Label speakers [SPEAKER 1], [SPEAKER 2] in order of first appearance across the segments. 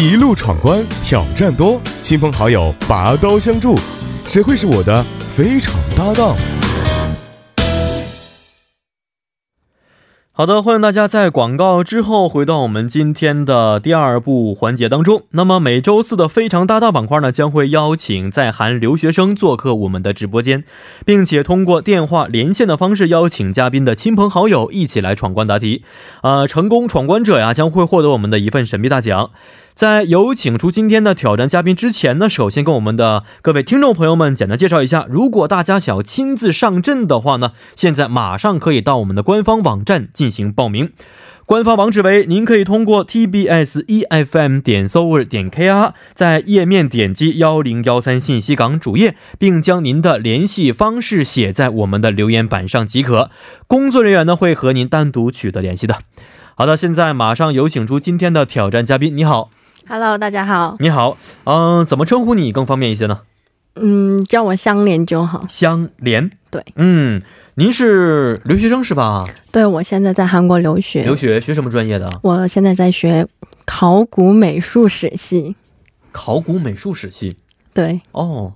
[SPEAKER 1] 一路闯关，挑战多，亲朋好友拔刀相助，谁会是我的非常搭档？
[SPEAKER 2] 好的，欢迎大家在广告之后回到我们今天的第二部环节当中。那么每周四的非常搭档板块呢，将会邀请在韩留学生做客我们的直播间，并且通过电话连线的方式邀请嘉宾的亲朋好友一起来闯关答题。呃，成功闯关者呀，将会获得我们的一份神秘大奖。在有请出今天的挑战嘉宾之前呢，首先跟我们的各位听众朋友们简单介绍一下，如果大家想要亲自上阵的话呢，现在马上可以到我们的官方网站进行报名。官方网址为：您可以通过 tbs efm E 点 s o u r 点 kr，在页面点击幺零幺三信息港主页，并将您的联系方式写在我们的留言板上即可。工作人员呢会和您单独取得联系的。好的，现在马上有请出今天的挑战嘉宾。你好，
[SPEAKER 3] Hello，大家好。
[SPEAKER 2] 你好，嗯、怎么称呼你更方便一些呢？
[SPEAKER 3] 嗯，叫我香莲就好。
[SPEAKER 2] 香莲。
[SPEAKER 3] 对，
[SPEAKER 2] 嗯，您是留学生是吧？
[SPEAKER 3] 对我现在在韩国留学，
[SPEAKER 2] 留学学什么专业的？
[SPEAKER 3] 我现在在学考古美术史系。
[SPEAKER 2] 考古美术史系。
[SPEAKER 3] 对，
[SPEAKER 2] 哦，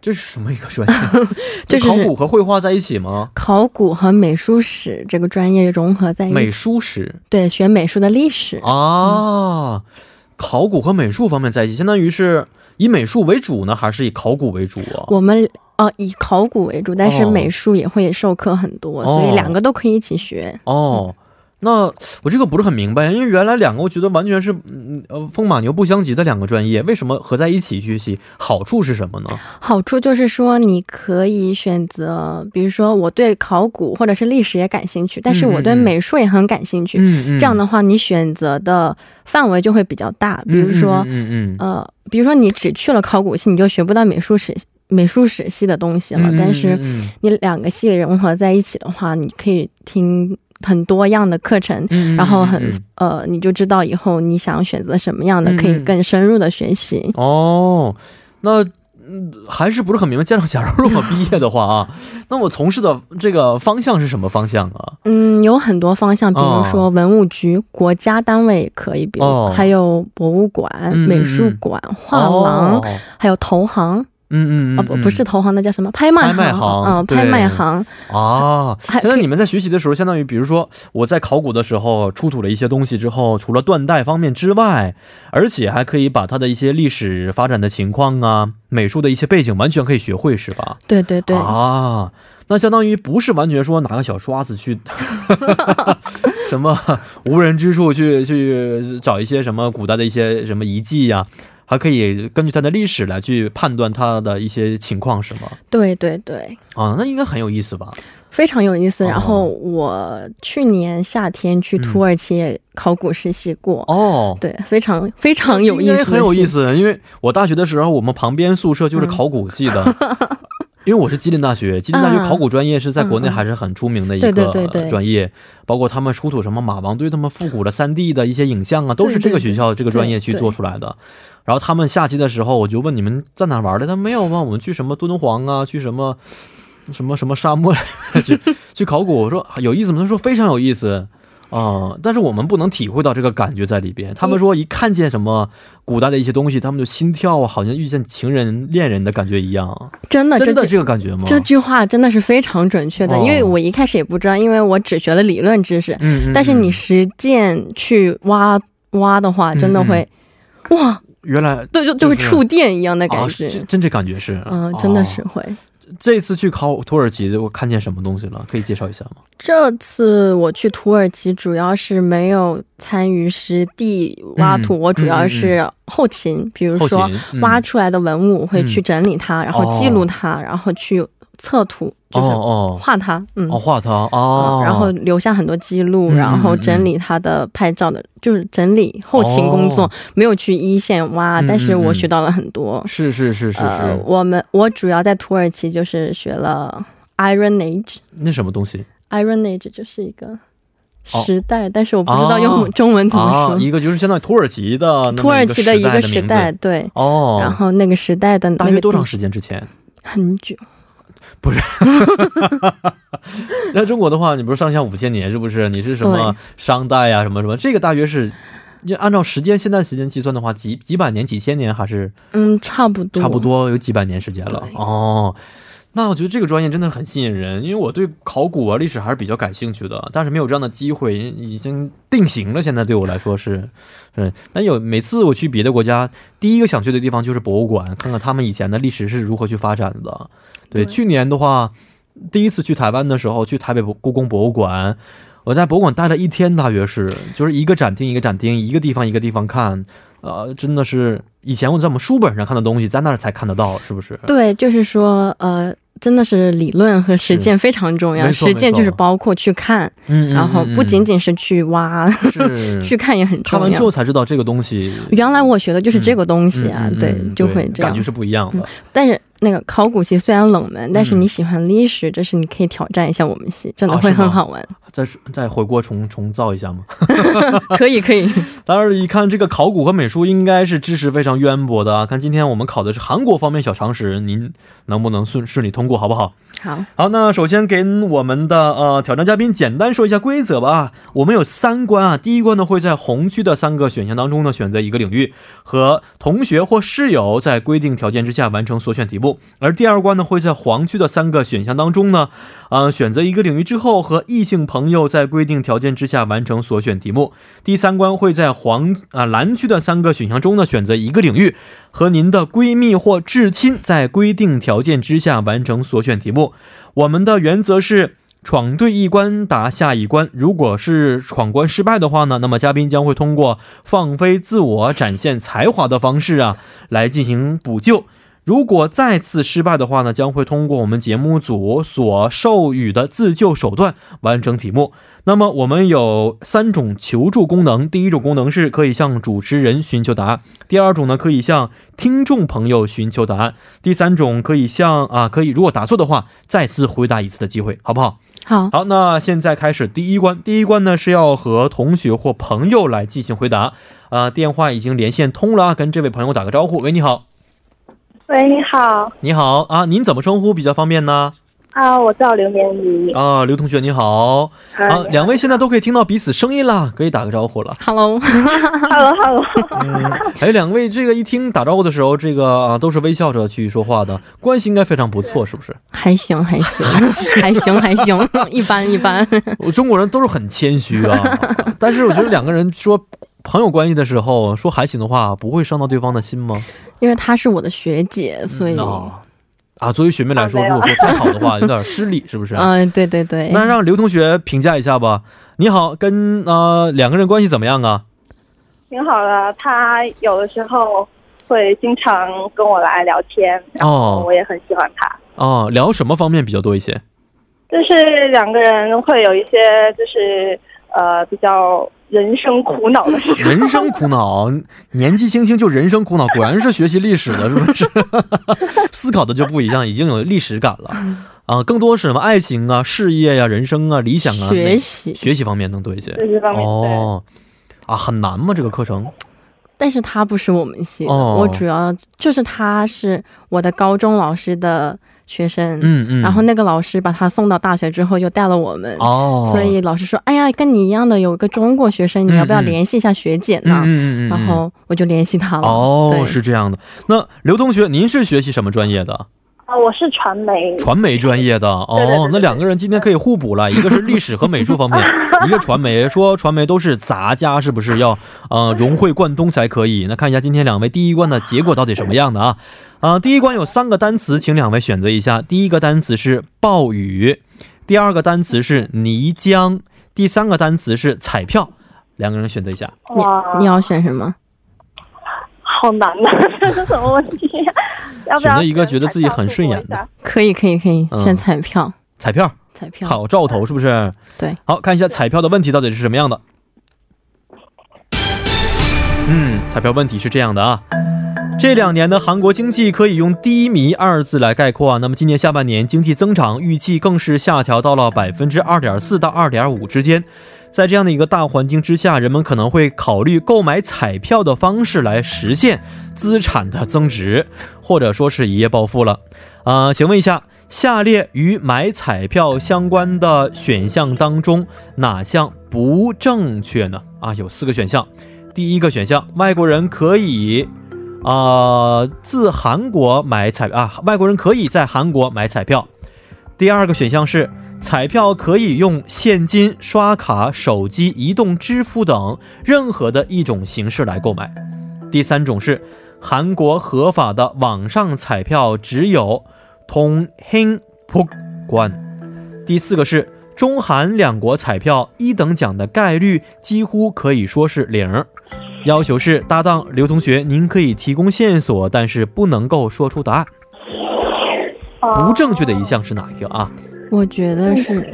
[SPEAKER 2] 这是什么一个专业？
[SPEAKER 3] 这就是
[SPEAKER 2] 考古和绘画在一起吗？
[SPEAKER 3] 考古和美术史这个专业融合在一
[SPEAKER 2] 美
[SPEAKER 3] 起。
[SPEAKER 2] 术哦史
[SPEAKER 3] 对，学美术的历史。
[SPEAKER 2] 啊，考古和美术方面在一起，相当于是以美术为主呢，还是以考古为主啊？
[SPEAKER 3] 我们呃以考古为主，但是
[SPEAKER 2] 哦
[SPEAKER 3] 美术也会授课很多，
[SPEAKER 2] 哦
[SPEAKER 3] 所以两个都可以一起学。
[SPEAKER 2] 哦。那我这个不是很明白，因为原来两个我觉得完全是，嗯呃，风马牛不相及的两个专业，为什么合在一起学习？好处是什么呢？
[SPEAKER 3] 好处就是说，你可以选择，比如说我对考古或者是历史也感兴趣，但是我
[SPEAKER 2] 嗯
[SPEAKER 3] 对
[SPEAKER 2] 嗯嗯
[SPEAKER 3] 美术也很感兴趣。
[SPEAKER 2] 嗯嗯
[SPEAKER 3] 这样的话，你选择的范围就会比较大。比如说，
[SPEAKER 2] 嗯嗯嗯嗯
[SPEAKER 3] 呃，比如说你只去了考古系，你就学不到美术史美术史系的东西了。
[SPEAKER 2] 嗯
[SPEAKER 3] 但是
[SPEAKER 2] 嗯
[SPEAKER 3] 你两个系融合在一起的话，你可以听很多样的课程，
[SPEAKER 2] 嗯嗯
[SPEAKER 3] 然后很、
[SPEAKER 2] 嗯嗯
[SPEAKER 3] 呃，你就知道以后你想选择什么样的，
[SPEAKER 2] 嗯嗯
[SPEAKER 3] 可以更深入的学习。
[SPEAKER 2] 哦，那嗯还是不是很明白。家长，假如我毕业的话啊，那我从事的这个方向是什么方向啊？
[SPEAKER 3] 嗯，有很多方向，比
[SPEAKER 2] 哦
[SPEAKER 3] 如说文物局、国家单位也可以，比如、
[SPEAKER 2] 哦
[SPEAKER 3] 还有博物馆、
[SPEAKER 2] 嗯嗯
[SPEAKER 3] 美术
[SPEAKER 2] 嗯
[SPEAKER 3] 馆、画廊，
[SPEAKER 2] 哦
[SPEAKER 3] 还有投行。
[SPEAKER 2] 嗯嗯嗯，
[SPEAKER 3] 啊不
[SPEAKER 2] 嗯
[SPEAKER 3] 不是投行，那叫什么拍卖行？
[SPEAKER 2] 拍卖行
[SPEAKER 3] 嗯，
[SPEAKER 2] 对
[SPEAKER 3] 拍卖行。
[SPEAKER 2] 啊。
[SPEAKER 3] 还
[SPEAKER 2] 现在你们在学习的时候，相当于比如说我在考古的时候出土了一些东西之后，除了断代方面之外，而且还可以把它的一些历史发展的情况啊、美术的一些背景完全可以学会，是吧？
[SPEAKER 3] 对对对，
[SPEAKER 2] 啊，那相当于不是完全说拿个小刷子 去 什么无人之处去去找一些什么古代的一些什么遗迹呀、还可以根据它的历史来去判断它的一些情况，是吗？
[SPEAKER 3] 对对对，
[SPEAKER 2] 啊，那应该很有意思吧？
[SPEAKER 3] 非常有意思。
[SPEAKER 2] 哦
[SPEAKER 3] 然后我去年夏天去土耳其也考古实习过，
[SPEAKER 2] 嗯哦，
[SPEAKER 3] 对，非常非常有意
[SPEAKER 2] 应
[SPEAKER 3] 思，
[SPEAKER 2] 该很有意。思。因为我大学的时候，我们旁边宿舍
[SPEAKER 3] 嗯
[SPEAKER 2] 就是考古系的。因为我是吉林大学，吉林大学
[SPEAKER 3] 嗯
[SPEAKER 2] 考古专业是在国内
[SPEAKER 3] 嗯嗯
[SPEAKER 2] 还是很出名的一
[SPEAKER 3] 对对
[SPEAKER 2] 个
[SPEAKER 3] 对对
[SPEAKER 2] 专业，包括他们出土什么马王堆、他们复古的三 D 的一些影像啊，都是这个
[SPEAKER 3] 对对
[SPEAKER 2] 学校这个专业
[SPEAKER 3] 对
[SPEAKER 2] 去
[SPEAKER 3] 对
[SPEAKER 2] 做出来的。然后他们下期的时候，我就问你们在哪玩的，他们没有吗？我们去什么敦煌啊，去什么什么什么沙漠 去去考古。我说有意思吗？他说非常有意思。啊、但是我们不能体会到这个感觉在里边。他们
[SPEAKER 3] 嗯
[SPEAKER 2] 说一看见什么古代的一些东西，他们就心跳啊，好像遇见情人、恋人的感觉一样。
[SPEAKER 3] 真的，
[SPEAKER 2] 真的
[SPEAKER 3] 这句
[SPEAKER 2] 这个感觉吗？
[SPEAKER 3] 这句话真的是非常准确的，
[SPEAKER 2] 哦
[SPEAKER 3] 因为我一开始也不知道，因为我只学了理论知识，
[SPEAKER 2] 嗯，嗯
[SPEAKER 3] 但是
[SPEAKER 2] 嗯
[SPEAKER 3] 你实践去挖挖的话，真的会，哇，
[SPEAKER 2] 原来
[SPEAKER 3] 对，就就会
[SPEAKER 2] 嗯就是
[SPEAKER 3] 触电一样的
[SPEAKER 2] 啊，
[SPEAKER 3] 感
[SPEAKER 2] 是
[SPEAKER 3] 觉
[SPEAKER 2] 真。真这感觉是，
[SPEAKER 3] 嗯，真的是
[SPEAKER 2] 哦
[SPEAKER 3] 会。
[SPEAKER 2] 这次去考土耳其，我看见什么东西了？可以介绍一下吗？
[SPEAKER 3] 这次我去土耳其，主要是没有参与实地挖土，
[SPEAKER 2] 嗯
[SPEAKER 3] 我主要是后勤，比如
[SPEAKER 2] 后
[SPEAKER 3] 说
[SPEAKER 2] 勤、嗯
[SPEAKER 3] 挖出来的文物，我会去整理它，然后记录它，然后去测图，就
[SPEAKER 2] 哦
[SPEAKER 3] 是
[SPEAKER 2] 哦
[SPEAKER 3] 画它，嗯。
[SPEAKER 2] 哦，画它
[SPEAKER 3] 嗯
[SPEAKER 2] 哦，
[SPEAKER 3] 然后留下很多记录，
[SPEAKER 2] 嗯嗯
[SPEAKER 3] 然后整理它的拍照的，就是整理后勤工作，
[SPEAKER 2] 哦
[SPEAKER 3] 没有去一线挖，
[SPEAKER 2] 嗯
[SPEAKER 3] 但是我
[SPEAKER 2] 嗯
[SPEAKER 3] 学到了很多。
[SPEAKER 2] 是是是是是、
[SPEAKER 3] 呃，我们我主要在土耳其就是学了 Iron Age，
[SPEAKER 2] 那什么东西
[SPEAKER 3] Iron Age 就是一个
[SPEAKER 2] 哦
[SPEAKER 3] 时代，但是我不知道用
[SPEAKER 2] 哦
[SPEAKER 3] 中文怎
[SPEAKER 2] 啊
[SPEAKER 3] 么？说。
[SPEAKER 2] 一个就是相当于土耳其的那么
[SPEAKER 3] 土耳其的一
[SPEAKER 2] 个
[SPEAKER 3] 个
[SPEAKER 2] 时
[SPEAKER 3] 时
[SPEAKER 2] 代
[SPEAKER 3] 代，
[SPEAKER 2] 的名字
[SPEAKER 3] 对。
[SPEAKER 2] 哦，
[SPEAKER 3] 然后那个时代的那
[SPEAKER 2] 大
[SPEAKER 3] 个
[SPEAKER 2] 约多
[SPEAKER 3] 地
[SPEAKER 2] 长时间之前？
[SPEAKER 3] 很久，
[SPEAKER 2] 啊那中国的话，你不是上下五千年是不是？你是什么商代呀、什么什么？这个大约是因为按照时间现在时间计算的话，几几百年、几千年还是
[SPEAKER 3] 嗯，差不多，
[SPEAKER 2] 差不多有几百年时间了
[SPEAKER 3] 对
[SPEAKER 2] 哦。那我觉得这个专业真的很吸引人，因为我对考古啊、历史还是比较感兴趣的，但是没有这样的机会，已经定型了。现在对我来说是， 是。但有每次我去别的国家，第一个想去的地方就是博物馆，看看他们以前的历史是如何去发展的。对，
[SPEAKER 3] 对
[SPEAKER 2] 去年的话，第一次去台湾的时候，去台北博故宫博物馆，我在博物馆待了一天，大约是就是一个展厅一个展厅，一个地方一个地方看，呃，真的是以前我在我们书本上看的东西，在那儿才看得到，是不是？
[SPEAKER 3] 对，就是说，呃，真的是理论和实践非常重要。
[SPEAKER 2] 没错没
[SPEAKER 3] 实
[SPEAKER 2] 错
[SPEAKER 3] 践就是包括去看，
[SPEAKER 2] 嗯，嗯
[SPEAKER 3] 然后
[SPEAKER 2] 嗯
[SPEAKER 3] 不仅仅是去挖，
[SPEAKER 2] 嗯是
[SPEAKER 3] 去看也很
[SPEAKER 2] 看
[SPEAKER 3] 重
[SPEAKER 2] 完之
[SPEAKER 3] 要
[SPEAKER 2] 后。才知道这个东西。
[SPEAKER 3] 原来我学的就是这个东西啊，
[SPEAKER 2] 嗯嗯
[SPEAKER 3] 对，
[SPEAKER 2] 嗯
[SPEAKER 3] 就会这
[SPEAKER 2] 感觉
[SPEAKER 3] 样。嗯
[SPEAKER 2] 是不一样的。
[SPEAKER 3] 但是那个考古系虽然冷门，但是
[SPEAKER 2] 嗯
[SPEAKER 3] 你喜欢历史，这是你可以挑战一下我们系，真的
[SPEAKER 2] 啊
[SPEAKER 3] 会
[SPEAKER 2] 是吗
[SPEAKER 3] 很好玩。
[SPEAKER 2] 再说再回锅重重造一下嘛。
[SPEAKER 3] 可以，可以。
[SPEAKER 2] 当然，一看这个考古和美术，应该是知识非常渊博的啊。看今天我们考的是韩国方面小常识，您能不能顺顺利通过，好不好？
[SPEAKER 3] 好，
[SPEAKER 2] 好，那首先给我们的呃挑战嘉宾简单说一下规则吧。我们有三关啊，第一关呢会在红区的三个选项当中呢选择一个领域，和同学或室友在规定条件之下完成所选题目；而第二关呢会在黄区的三个选项当中呢，呃选择一个领域之后和异性朋友在规定条件之下完成所选题目；第三关会在黄啊、蓝区的三个选项中呢选择一个领域，和您的闺蜜或至亲在规定条件之下完成所选题目。我们的原则是闯对一关打下一关，如果是闯关失败的话呢，那么嘉宾将会通过放飞自我、展现才华的方式啊来进行补救。如果再次失败的话呢，将会通过我们节目组所授予的自救手段完成题目。那么我们有三种求助功能，第一种功能是可以向主持人寻求答案，第二种呢可以向听众朋友寻求答案，第三种可以向啊，可以如果答错的话，再次回答一次的机会，好不好？
[SPEAKER 3] 好，
[SPEAKER 2] 好，那现在开始第一关。第一关呢是要和同学或朋友来进行回答。啊、电话已经连线通了啊，跟这位朋友打个招呼。喂，你好，
[SPEAKER 4] 喂，你好
[SPEAKER 2] 你好啊，您怎么称呼比较方便呢？
[SPEAKER 4] 啊，我叫刘绵怡
[SPEAKER 2] 啊，刘同学你好啊，
[SPEAKER 4] 啊
[SPEAKER 2] 两位现在都可以听到彼此声音了，可以打个招呼了。
[SPEAKER 3] Hello，
[SPEAKER 4] ，Hello Hello，
[SPEAKER 2] 嗯，哎，两位这个一听打招呼的时候，这个啊都是微笑着去说话的，关系应该非常不错，是不是？
[SPEAKER 3] 还行，还行，还行，还行， 一般，一般。
[SPEAKER 2] 我中国人都是很谦虚啊，但是我觉得两个人说朋友关系的时候说还行的话，不会伤到对方的心吗？
[SPEAKER 3] 因为她是我的学姐，所以，嗯、
[SPEAKER 2] 啊啊，作为学妹来说，
[SPEAKER 4] 啊没
[SPEAKER 2] 如
[SPEAKER 4] 有
[SPEAKER 2] 果说太好的话，有点失礼，是不是？
[SPEAKER 3] 呃对对嗯对。
[SPEAKER 2] 那让刘同学评价一下吧。你好，跟呃两个人关系怎么样啊？
[SPEAKER 4] 挺好的。他有的时候会经常跟我来聊天，
[SPEAKER 2] 哦
[SPEAKER 4] 我也很喜欢他。
[SPEAKER 2] 哦，聊什么方面比较多一些？
[SPEAKER 4] 就是两个人会有一些就是呃比较人生苦恼 的事 情。
[SPEAKER 2] 人生苦恼，年纪轻轻就人生苦恼，果然是学习历史的，是不 是？思考的就不一样，已经有历史感了啊，更多是什么爱情啊、事业呀、人生啊、理想啊、
[SPEAKER 3] 学
[SPEAKER 2] 哪
[SPEAKER 3] 习，
[SPEAKER 2] 学习方面能多一些。
[SPEAKER 4] 学习方面
[SPEAKER 2] 哦，啊，很难吗？这个课程？
[SPEAKER 3] 但是她不是我们系的，
[SPEAKER 2] 哦
[SPEAKER 3] 我主要就是她是我的高中老师的学生，
[SPEAKER 2] 嗯嗯。
[SPEAKER 3] 然后那个老师把她送到大学之后，又带了我们。
[SPEAKER 2] 哦，
[SPEAKER 3] 所以老师说：“哎呀，跟你一样的有一个中国学生，你要不要
[SPEAKER 2] 嗯嗯
[SPEAKER 3] 联系一下学姐
[SPEAKER 2] 嗯
[SPEAKER 3] 呢？”
[SPEAKER 2] 嗯嗯嗯，
[SPEAKER 3] 然后我就联系她了。
[SPEAKER 2] 哦
[SPEAKER 3] 对
[SPEAKER 2] 是这样的。那刘同学，您是学习什么专业的？
[SPEAKER 4] 啊，我是传媒，
[SPEAKER 2] 传媒专业的
[SPEAKER 4] 对对对
[SPEAKER 2] 哦
[SPEAKER 4] 对。
[SPEAKER 2] 那两个人今天可以互补了，一个是历史和美术 方面，一个传媒。说传媒都是杂家，是不是要呃融会贯通才可以？那看一下今天两位第一关的结果到底什么样的啊？啊、第一关有三个单词，请两位选择一下。第一个单词是暴雨，第二个单词是泥浆，第三个单词是彩票。两个人选择一下。
[SPEAKER 4] 哇
[SPEAKER 3] 你，要选什么？
[SPEAKER 4] 好难呐、 这是什么问 题？要不
[SPEAKER 2] 选
[SPEAKER 4] 要
[SPEAKER 2] 择一个
[SPEAKER 4] 选
[SPEAKER 2] 觉得自己很顺眼的
[SPEAKER 4] 彩票
[SPEAKER 3] 可以，可以，可以、
[SPEAKER 2] 嗯
[SPEAKER 3] 选彩票，
[SPEAKER 2] 彩票
[SPEAKER 3] 彩票。
[SPEAKER 2] 好兆头是不是？
[SPEAKER 3] 对，
[SPEAKER 2] 好看一下彩票的问题到底是什么样的。嗯，彩票问题是这样的啊，这两年的韩国经济可以用低迷二字来概括啊。那么今年下半年经济增长预计更是下调到了百分之二点四到二点五之间。在这样的一个大环境之下，人们可能会考虑购买彩票的方式来实现资产的增值，或者说是一夜暴富了。啊，请问一下，下列与买彩票相关的选项当中，哪项不正确呢？啊，有四个选项。第一个选项，外国人可以啊、呃自韩国买彩啊，外国人可以在韩国买彩票。第二个选项是彩票可以用现金、刷卡、手机、移动支付等任何的一种形式来购买。第三种是韩国合法的网上彩票只有通행복권。第四个是中韩两国彩票一等奖的概率几乎可以说是零儿。要求是搭档刘同学，您可以提供线索，但是不能够说出答案。
[SPEAKER 4] 哦
[SPEAKER 2] 不正确的一项是哪一个啊？
[SPEAKER 3] 我觉得是
[SPEAKER 4] 嗯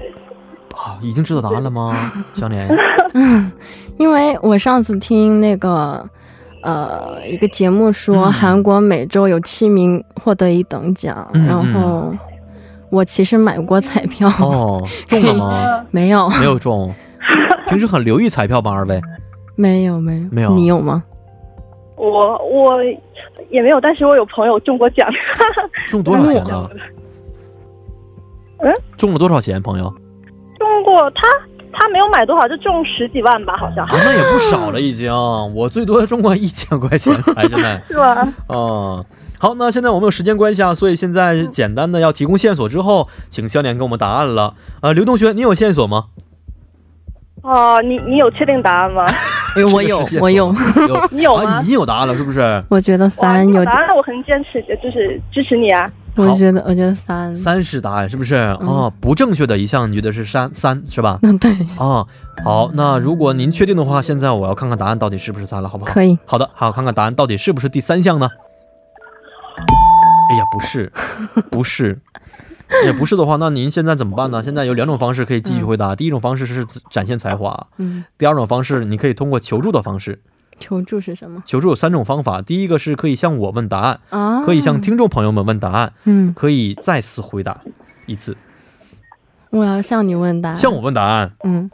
[SPEAKER 2] 啊，已经知道答案了吗？ 小脸，
[SPEAKER 3] 因为我上次听那个呃一个节目说，
[SPEAKER 2] 嗯
[SPEAKER 3] 韩国每周有七名获得一等奖，
[SPEAKER 2] 嗯
[SPEAKER 3] 然后我其实买过彩票，
[SPEAKER 2] 哦，中了吗？
[SPEAKER 4] 嗯
[SPEAKER 3] 没有，
[SPEAKER 2] 没有中。平时很留意彩票吗？二位？
[SPEAKER 3] 没有，没有，
[SPEAKER 2] 没有
[SPEAKER 3] 你有吗？
[SPEAKER 4] 我我也没有，但是我有朋友中过奖，
[SPEAKER 2] 中多少钱呢？
[SPEAKER 4] 嗯，
[SPEAKER 2] 中了多少钱，朋友？啊，
[SPEAKER 4] 中过他他没有买多少，就中十几万吧，好像
[SPEAKER 2] 啊那也不少了，已经。我最多中过一千块钱才现在。
[SPEAKER 4] 是吧？
[SPEAKER 2] 嗯，好，那现在我们有时间关系啊，所以现在简单的要提供线索之后，请教练给我们答案了。呃，刘同学，你有线索吗？
[SPEAKER 4] 哦，你你有确定答 案吗？
[SPEAKER 3] 哎呦我有
[SPEAKER 2] 这个是线，索
[SPEAKER 3] 我有，
[SPEAKER 2] 有
[SPEAKER 4] 你有
[SPEAKER 2] 啊，
[SPEAKER 4] 吗
[SPEAKER 2] 你已？经有答案了，是不是？
[SPEAKER 3] 我觉得
[SPEAKER 4] 哇
[SPEAKER 3] 三
[SPEAKER 4] 你
[SPEAKER 3] 有
[SPEAKER 4] 答，案，我很坚持，就是支持你啊。
[SPEAKER 2] 好
[SPEAKER 3] 我觉得我觉得三，
[SPEAKER 2] 三是答案，是不是？哦，不正确的一项，你觉得是三三是吧？
[SPEAKER 3] 嗯对，
[SPEAKER 2] 啊、好，那如果您确定的话，现在我要看看答案到底是不是三了，好不好？
[SPEAKER 3] 可以，
[SPEAKER 2] 好的，好，看看答案到底是不是第三项呢？哎呀，不是，不是，也不是的话，那您现在怎么办呢？现在有两种方式可以继续回答，第一种方式是展现才华，
[SPEAKER 3] 嗯，
[SPEAKER 2] 第二种方式你可以通过求助的方式。
[SPEAKER 3] 求助是什么
[SPEAKER 2] 求助有三种方法，第一个是可以向我问答案，
[SPEAKER 3] 啊？
[SPEAKER 2] 可以向，听众朋友们问答案，
[SPEAKER 3] 嗯，
[SPEAKER 2] 可以再次回答一次，
[SPEAKER 3] 我要向你问答案，
[SPEAKER 2] 向我问答案。
[SPEAKER 3] 嗯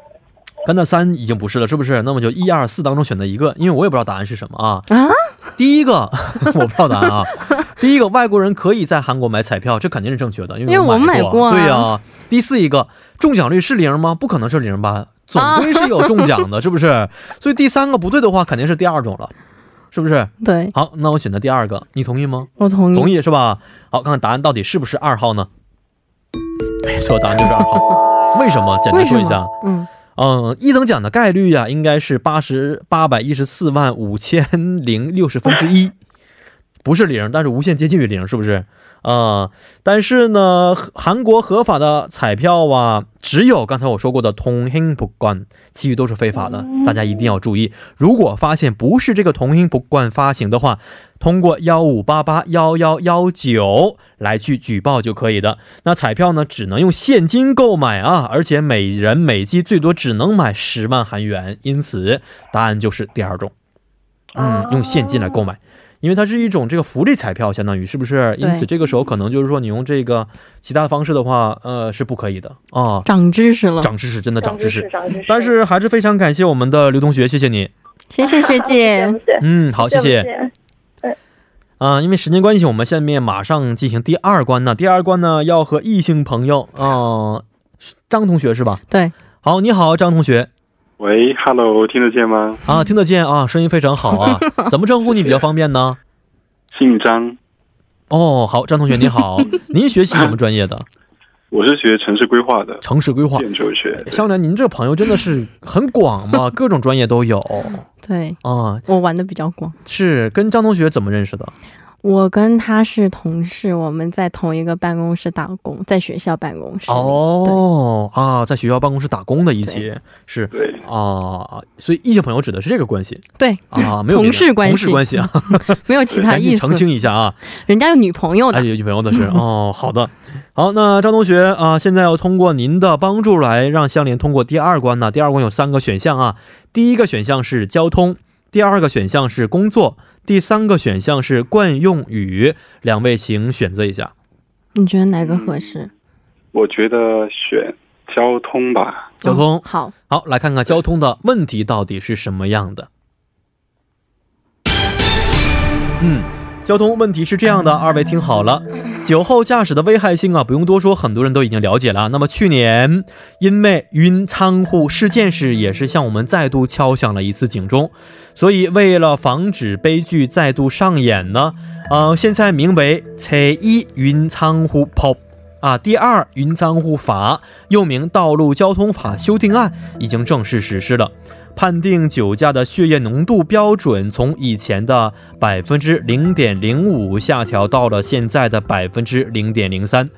[SPEAKER 2] 刚才三已经不是了，是不是？那么就一二四当中选择一个，因为我也不知道答案是什么啊。
[SPEAKER 3] 啊，
[SPEAKER 2] 第一个 我不知道答案啊。第一个，外国人可以在韩国买彩票，这肯定是正确的，因为
[SPEAKER 3] 因为我
[SPEAKER 2] 买
[SPEAKER 3] 买过啊
[SPEAKER 2] 对呀、第四一个，中奖率是零吗？不可能是零吧，总归是有中奖 的，是不是？所以第三个不对的话，肯定是第二种了，是不是？
[SPEAKER 3] 对，
[SPEAKER 2] 好，那我选择第二个，你同意吗？
[SPEAKER 3] 我同意，
[SPEAKER 2] 同意是吧？好，看看答案到底是不是二号呢？没错，答案就是二号。为什么？简单
[SPEAKER 3] 为什
[SPEAKER 2] 说
[SPEAKER 3] 么？
[SPEAKER 2] 一下。
[SPEAKER 3] 嗯，
[SPEAKER 2] 嗯，一等奖的概率呀、应该是八十八百一十四万五千零六十分之一，不是零，但是无限接近于零，是不是？啊、但是呢，和韩国合法的彩票啊，只有刚才我说过的同兴不冠，其余都是非法的，大家一定要注意。如果发现不是这个同兴不冠发行的话，通过幺五八八幺幺幺九来去举报就可以的。那彩票呢，只能用现金购买啊，而且每人每季最多只能买十万韩元，因此答案就是第二种，嗯
[SPEAKER 4] 哦，
[SPEAKER 2] 用现金来购买。因为它是一种这个福利彩票，相当于是不是？因此这个时候可能就是说，你用这个其他方式的话，呃，是不可以的啊。
[SPEAKER 3] 长知识了，
[SPEAKER 2] 长知识，真的长知识。
[SPEAKER 4] 哦长知识，
[SPEAKER 2] 但是还是非常感谢我们的刘同学，谢谢 你。
[SPEAKER 3] 谢谢学姐
[SPEAKER 4] 谢，谢，
[SPEAKER 2] 嗯，好，谢谢。
[SPEAKER 4] 谢。
[SPEAKER 2] 啊、因为时间关系，我们下面马上进行第二关呢。第二关呢，要和异性朋友，啊、是张同学是吧？
[SPEAKER 3] 对，
[SPEAKER 2] 好，你好，张同 学
[SPEAKER 5] 喂，Hello，听得见吗？
[SPEAKER 2] 啊，听得见啊，声音非常好 啊。怎么称呼你比较方便呢？
[SPEAKER 5] 姓张，
[SPEAKER 2] 哦，好，张同学你 好，您学习什么专业的？
[SPEAKER 5] 我是学城市规划的，
[SPEAKER 2] 城市规 划。
[SPEAKER 5] 建筑学。
[SPEAKER 2] 肖楠，您这朋友真的是很广嘛， 各种专业都有
[SPEAKER 3] 对
[SPEAKER 2] 啊。
[SPEAKER 3] 我玩的比较广，
[SPEAKER 2] 是跟张同学怎么认识的？
[SPEAKER 3] 我跟他是同事，我们在同一个办公室打工，在学校办公室里，
[SPEAKER 2] 哦啊，在学校办公室打工的一起是
[SPEAKER 5] 对，
[SPEAKER 2] 啊，所以异性朋友指的是这个关系。
[SPEAKER 3] 对，
[SPEAKER 2] 啊，没有
[SPEAKER 3] 同
[SPEAKER 2] 别的
[SPEAKER 3] 事关
[SPEAKER 2] 同事
[SPEAKER 3] 系
[SPEAKER 2] 关系啊，
[SPEAKER 3] 没有 其他
[SPEAKER 2] 赶紧
[SPEAKER 3] 意思
[SPEAKER 2] 澄，清一下啊！
[SPEAKER 3] 人家有女朋友
[SPEAKER 2] 哎，
[SPEAKER 3] 的，
[SPEAKER 2] 有女朋友的是哦，好的，好，那张同学啊，现在要通过您的帮助来让向连通过第二关呢。第二关有三个选项啊，第一个选项是交通，第二个选项是工作，第三个选项是惯用语，两位请选择一下。
[SPEAKER 3] 你觉得哪个合
[SPEAKER 2] 嗯
[SPEAKER 3] 适？
[SPEAKER 5] 我觉得选交通吧。
[SPEAKER 2] 交通
[SPEAKER 3] 哦好，
[SPEAKER 2] 好，来看看交通的问题到底是什么样的。嗯，交通问题是这样的，二位听好了，酒后驾驶的危害性啊，不用多说，很多人都已经了解了啊。那么去年因为晕仓库事件是也是向我们再度敲响了一次警钟，所以为了防止悲剧再度上演呢，呃，现在名为“车一云仓库跑”。啊，第二《云仓户法》又名《道路交通法修订案》已经正式实施了，判定酒驾的血液浓度标准从以前的百分之零点零五下调到了现在的百分之零点零三。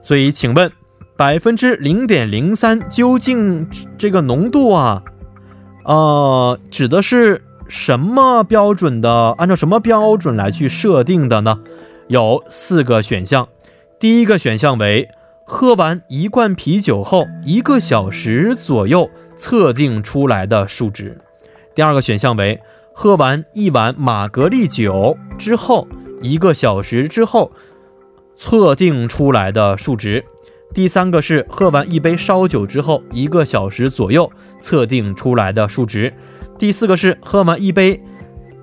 [SPEAKER 2] 所以，请问百分之零点零三究竟这个浓度啊，呃，指的是什么标准的？按照什么标准来去设定的呢？有四个选项。第一个选项为喝完一罐啤酒后一个小时左右测定出来的数值；第二个选项为喝完一碗玛格丽酒之后一个小时之后测定出来的数值；第三个是喝完一杯烧酒之后一个小时左右测定出来的数值；第四个是喝完一杯。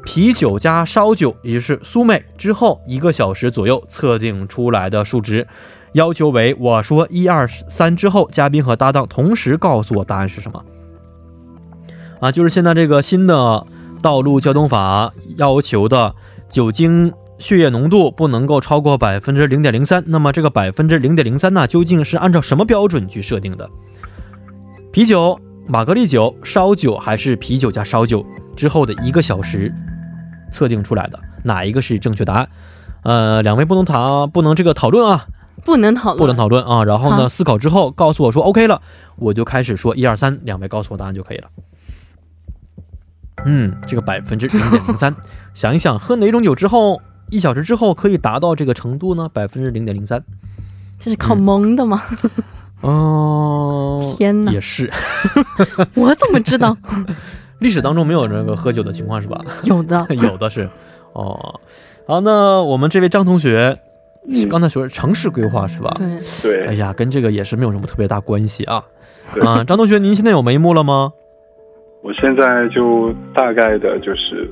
[SPEAKER 2] 啤酒加烧酒，也就是苏妹之后一个小时左右测定出来的数值，要求为我说一二三之后，嘉宾和搭档同时告诉我答案是什么。啊，就是现在这个新的道路交通法要求的酒精血液浓度不能够超过百分之零点零三。那么这个百分之零点零三呢，究竟是按照什么标准去设定的？啤酒、玛格丽酒、烧酒还是啤酒加烧酒之后的一个小时测定出来的，哪一个是正确答案？呃，两位不能谈，不能这个讨论啊，
[SPEAKER 3] 不能讨论，
[SPEAKER 2] 不能讨论啊。然后呢，
[SPEAKER 3] 好
[SPEAKER 2] 思考之后告诉我说 OK 了，我就开始说一二三，两位告诉我答案就可以了。嗯，这个百分之零点零 三，想一想，喝哪种酒之后，一小时之后可以达到这个程度呢？百分之零点零三，
[SPEAKER 3] 这是靠蒙的吗？哦
[SPEAKER 2] 嗯，
[SPEAKER 3] 天哪
[SPEAKER 2] 也，是。
[SPEAKER 3] 我怎么 知道？
[SPEAKER 2] 历史当中没有这个喝酒的情况是吧？
[SPEAKER 3] 有的
[SPEAKER 2] 有的是，哦，好，那我们这位张同学，是刚才说是城市规划是吧？
[SPEAKER 3] 嗯对，
[SPEAKER 5] 嗯对
[SPEAKER 2] 哎，呀，跟这个也是没有什么特别大关系啊。
[SPEAKER 5] 对
[SPEAKER 2] 啊，张同学，您现在有眉目了吗？
[SPEAKER 5] 我现在就大概的就是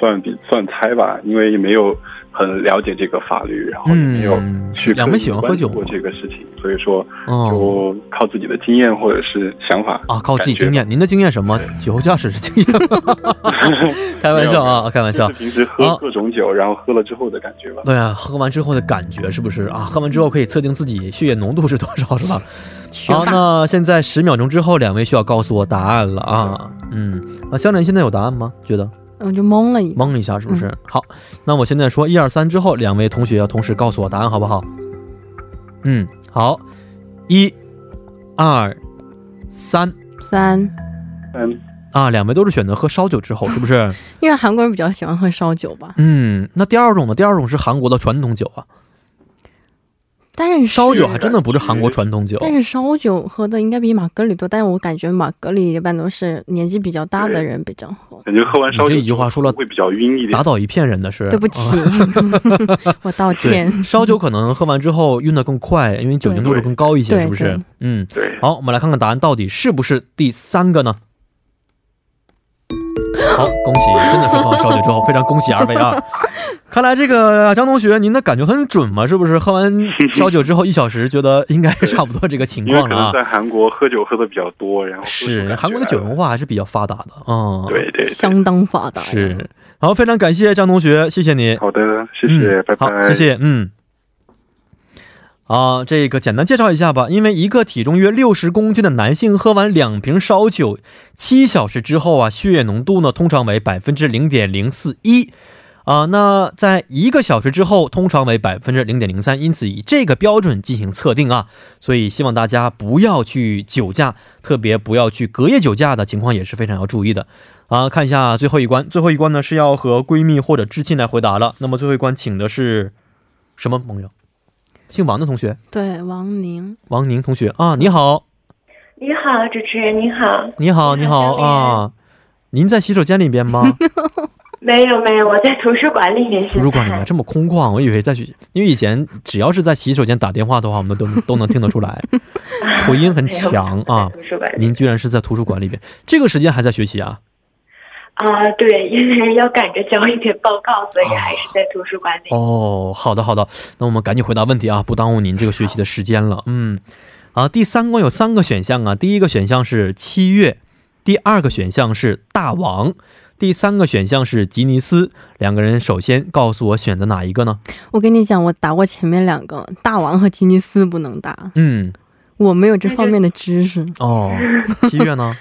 [SPEAKER 5] 算比算猜吧，因为没有很了解这个法律，然后也没有
[SPEAKER 2] 嗯，
[SPEAKER 5] 去
[SPEAKER 2] 两位喜欢喝酒
[SPEAKER 5] 刻意
[SPEAKER 2] 吗
[SPEAKER 5] 关注过？这个事情，所以说
[SPEAKER 2] 哦。
[SPEAKER 5] 就靠自己的经验或者是想法
[SPEAKER 2] 啊，靠自己
[SPEAKER 5] 感觉
[SPEAKER 2] 经验，您的经验什么？酒后驾驶是经验 吗？开玩笑啊，开玩
[SPEAKER 5] 就
[SPEAKER 2] 笑
[SPEAKER 5] 是。平时
[SPEAKER 2] 啊
[SPEAKER 5] 喝各种酒，然后喝了之后的感觉吧。
[SPEAKER 2] 对啊，喝完之后的感觉是不是啊？喝完之后可以测定自己血液浓度是多少，是吧？
[SPEAKER 3] 学
[SPEAKER 2] 好，
[SPEAKER 3] 霸
[SPEAKER 2] 那现在十秒钟之后，两位需要告诉我答案了啊。嗯，啊，香莲现在有答案吗？觉得
[SPEAKER 3] 我就懵了一个。
[SPEAKER 2] 懵一下是不是？好，那我现在说一二三之后，两位同学要同时告诉我答案，好不好？嗯，好，一、二、三
[SPEAKER 3] 三，
[SPEAKER 5] 嗯，
[SPEAKER 2] 啊，两位都是选择喝烧酒之后，是不是？
[SPEAKER 3] 因为韩国人比较喜欢喝烧酒吧，
[SPEAKER 2] 嗯，那第二种呢？第二种是韩国的传统酒啊，
[SPEAKER 3] 但是
[SPEAKER 2] 烧酒还真的不是韩国传统酒。
[SPEAKER 3] 但是烧酒喝的应该比玛格丽多，但我感觉玛格丽一般都是年纪比较大的人比较喝。
[SPEAKER 5] 感觉喝完烧酒
[SPEAKER 2] 你这一句话说了
[SPEAKER 5] 会比较晕一点
[SPEAKER 2] 打。倒一片人的是，
[SPEAKER 3] 对不起， 我道歉。
[SPEAKER 2] 对，烧酒可能喝完之后晕得更快，因为酒精度数更高一些，
[SPEAKER 3] 对
[SPEAKER 2] 是不是
[SPEAKER 3] 对？
[SPEAKER 2] 嗯，
[SPEAKER 5] 对，
[SPEAKER 2] 好，我们来看看答案到底是不是第三个呢？好，恭喜，真的是喝完烧酒之后，非常恭喜二位 啊！看来这个啊张同学，您的感觉很准嘛，是不是？喝完烧酒之后一小时，觉得应该是差不多这个情
[SPEAKER 5] 因为
[SPEAKER 2] 况
[SPEAKER 5] 可
[SPEAKER 2] 了
[SPEAKER 5] 能
[SPEAKER 2] 啊。
[SPEAKER 5] 在韩国喝酒喝的比较多，然后喝出感
[SPEAKER 2] 是，
[SPEAKER 5] 觉
[SPEAKER 2] 韩国的酒文化还是比较发达的，嗯，，
[SPEAKER 5] 对对对，
[SPEAKER 3] 相当发达。，
[SPEAKER 2] 是。好，非常感谢张同学，谢谢你。
[SPEAKER 5] 好的，谢谢，
[SPEAKER 2] 嗯
[SPEAKER 5] 拜拜，
[SPEAKER 2] 好，谢。谢，嗯。啊，这个简单介绍一下吧。因为一个体重约六十公斤的男性喝完两瓶烧酒，七小时之后啊，血液浓度呢通常为百分之零点零四一，啊，那在一个小时之后通常为百分之零点零三，因此以这个标准进行测定啊。所以希望大家不要去酒驾，特别不要去隔夜酒驾的情况也是非常要注意的。啊，看一下最后一关，最后一关呢是要和闺蜜或者知青来回答了。那么最后一关请的是什么朋友？姓王的同学，
[SPEAKER 3] 对，王宁，
[SPEAKER 2] 王宁同学啊，你好，
[SPEAKER 6] 你好，主持人你好。
[SPEAKER 2] 你好，你好
[SPEAKER 6] 你好
[SPEAKER 2] 啊，您在洗手间里边 吗？
[SPEAKER 6] 没有没有，我在图书馆里面现在。
[SPEAKER 2] 图书馆里面这么空旷，我以为在去，因为以前只要是在洗手间打电话的话，我们都都能听得出来，回音很
[SPEAKER 6] 没有
[SPEAKER 2] 强啊
[SPEAKER 6] 在。图书馆里。
[SPEAKER 2] 您居然是在图书馆里边，这个时间还在学习啊？
[SPEAKER 6] 啊、对，因为要赶着交一篇报告，所以还是在图书馆里。
[SPEAKER 2] 哦，好的好的，那我们赶紧回答问题啊，不耽误您这个学习的时间了。嗯，啊，第三关有三个选项啊，第一个选项是七月，第二个选项是大王，第三个选项是吉尼斯。两个人首先告诉我选择哪一个呢？
[SPEAKER 3] 我跟你讲，我答过前面两个，大王和吉尼斯不能答，
[SPEAKER 2] 嗯，
[SPEAKER 3] 我没有这方面的知识。
[SPEAKER 2] 哦，七月呢？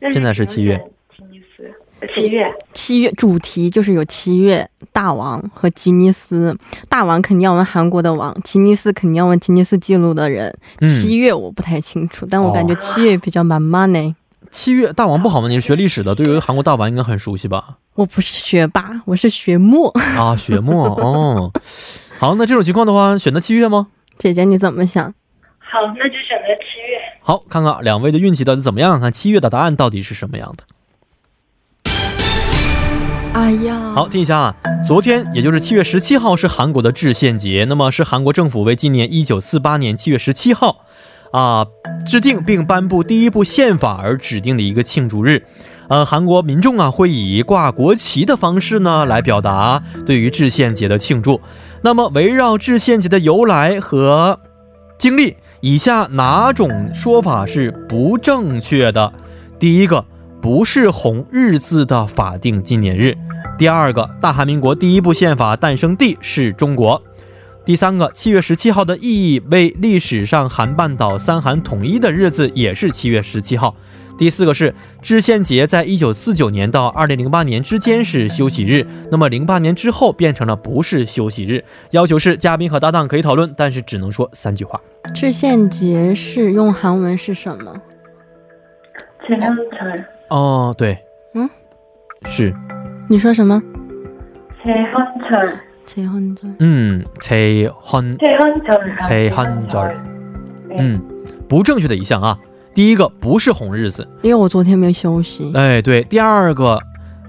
[SPEAKER 6] 但
[SPEAKER 2] 现在是七月，
[SPEAKER 6] 吉尼斯，呃七月，
[SPEAKER 3] 七月主题就是有七月大王和吉尼斯，大王肯定要问韩国的王，吉尼斯肯定要问吉尼斯记录的人。
[SPEAKER 2] 嗯
[SPEAKER 3] 七月我不太清楚，但我感觉
[SPEAKER 2] 哦
[SPEAKER 3] 七月比较满满呢。
[SPEAKER 2] 七月大王不好吗？你是学历史的，对于韩国大王应该很熟悉吧？
[SPEAKER 3] 我不是学霸，我是学墨。
[SPEAKER 2] 啊，雪沫哦。好，那这种情况的话，选择七月吗？
[SPEAKER 3] 姐姐你怎么想？
[SPEAKER 6] 好，那就选择七月。
[SPEAKER 2] 好，看看两位的运气到底怎么样，看七月的答案到底是什么样的。
[SPEAKER 3] 哎呀，
[SPEAKER 2] 好，听一下啊，昨天也就是七月十七号是韩国的制宪节，那么是韩国政府为纪念一九四八年七月十七号啊制定并颁布第一部宪法而指定的一个庆祝日。呃，韩国民众啊会以挂国旗的方式呢来表达对于制宪节的庆祝。那么围绕制宪节的由来和经历，以下哪种说法是不正确的？第一个，不是红日字的法定纪念日。第二个，大韩民国第一部宪法诞生地是中国。第三个，七月十七号的意义为历史上韩半岛三韩统一的日子，也是七月十七号。第四个是制宪节，在一九四九年到二零零八年之间是休息日，那么零八年之后变成了不是休息日。要求是嘉宾和搭档可以讨论，但是只能说三句话。
[SPEAKER 3] 制宪节是用韩文是什么？
[SPEAKER 6] 前两层，
[SPEAKER 2] 哦，对，
[SPEAKER 3] 嗯，
[SPEAKER 2] 是，
[SPEAKER 3] 你说什么？
[SPEAKER 6] 前两层，
[SPEAKER 3] 结婚证。
[SPEAKER 2] 嗯，切헌
[SPEAKER 6] 前两层，
[SPEAKER 2] 切헌절，嗯，不正确的一项啊。第一个不是红日子，
[SPEAKER 3] 因为我昨天没休息。
[SPEAKER 2] 哎，对。第二个，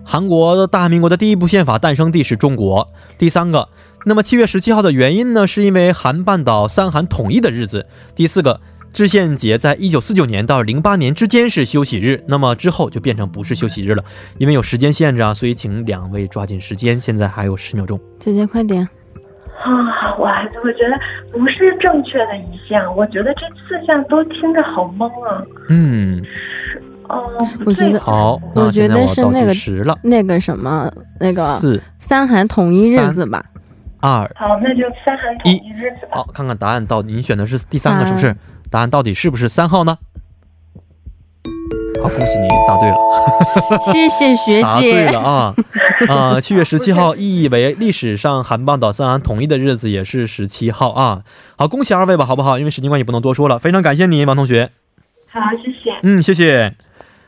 [SPEAKER 2] 韩国的大韩民国的第一部宪法诞生地是中国。第三个，那么七月十七号的原因呢，是因为韩半岛三韩统一的日子。第四个，制宪节在一九四九年到零八年之间是休息日，那么之后就变成不是休息日了，因为有时间限制啊，所以请两位抓紧时间，现在还有十秒钟。
[SPEAKER 3] 姐姐快点，
[SPEAKER 6] 啊，我还我觉得不是正确的一项，我觉得这四项都听着好懵啊。
[SPEAKER 2] 嗯，
[SPEAKER 6] 哦，
[SPEAKER 3] 我觉得
[SPEAKER 2] 好，那
[SPEAKER 3] 我觉
[SPEAKER 2] 现在
[SPEAKER 3] 得
[SPEAKER 2] 我
[SPEAKER 3] 是
[SPEAKER 2] 倒
[SPEAKER 3] 那
[SPEAKER 2] 计
[SPEAKER 3] 个
[SPEAKER 2] 时了，
[SPEAKER 3] 那个什么，那个
[SPEAKER 2] 四
[SPEAKER 3] 三韩统一日子吧。
[SPEAKER 2] 二
[SPEAKER 6] 好，那就三韩统一日子吧。
[SPEAKER 2] 好，看看答案到底，您选的是第三个是不是
[SPEAKER 3] 三？
[SPEAKER 2] 答案到底是不是三号呢？好，恭喜您答对了，
[SPEAKER 3] 谢谢学
[SPEAKER 2] 答对
[SPEAKER 3] 哎姐。
[SPEAKER 2] 了 啊！啊，七月十七号意义为历史上韩半岛三韩统一的日子，也是十七号啊。好，恭喜二位吧，好不好？因为时间关系不能多说了，非常感谢您，王同学。
[SPEAKER 6] 好，谢谢。
[SPEAKER 2] 嗯，谢谢。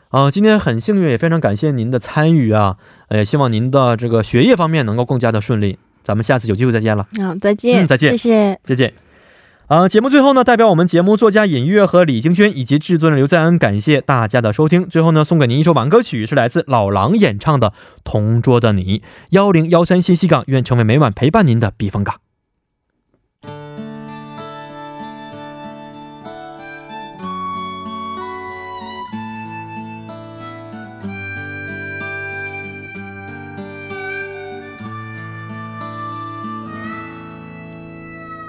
[SPEAKER 2] 啊、今天很幸运，也非常感谢您的参与啊，呃，希望您的这个学业方面能够更加的顺利。咱们下次有机会再见了。
[SPEAKER 3] 好，再见，
[SPEAKER 2] 嗯再见
[SPEAKER 3] 谢谢。
[SPEAKER 2] 再见。啊、节目最后呢，代表我们节目作家尹月和李京轩以及制作人刘在恩，感谢大家的收听。最后呢，送给您一首晚歌曲，是来自老狼演唱的《同桌的你》。幺零幺三信息港，愿成为每晚陪伴您的避风港。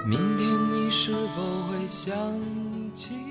[SPEAKER 7] 明天你是否会想起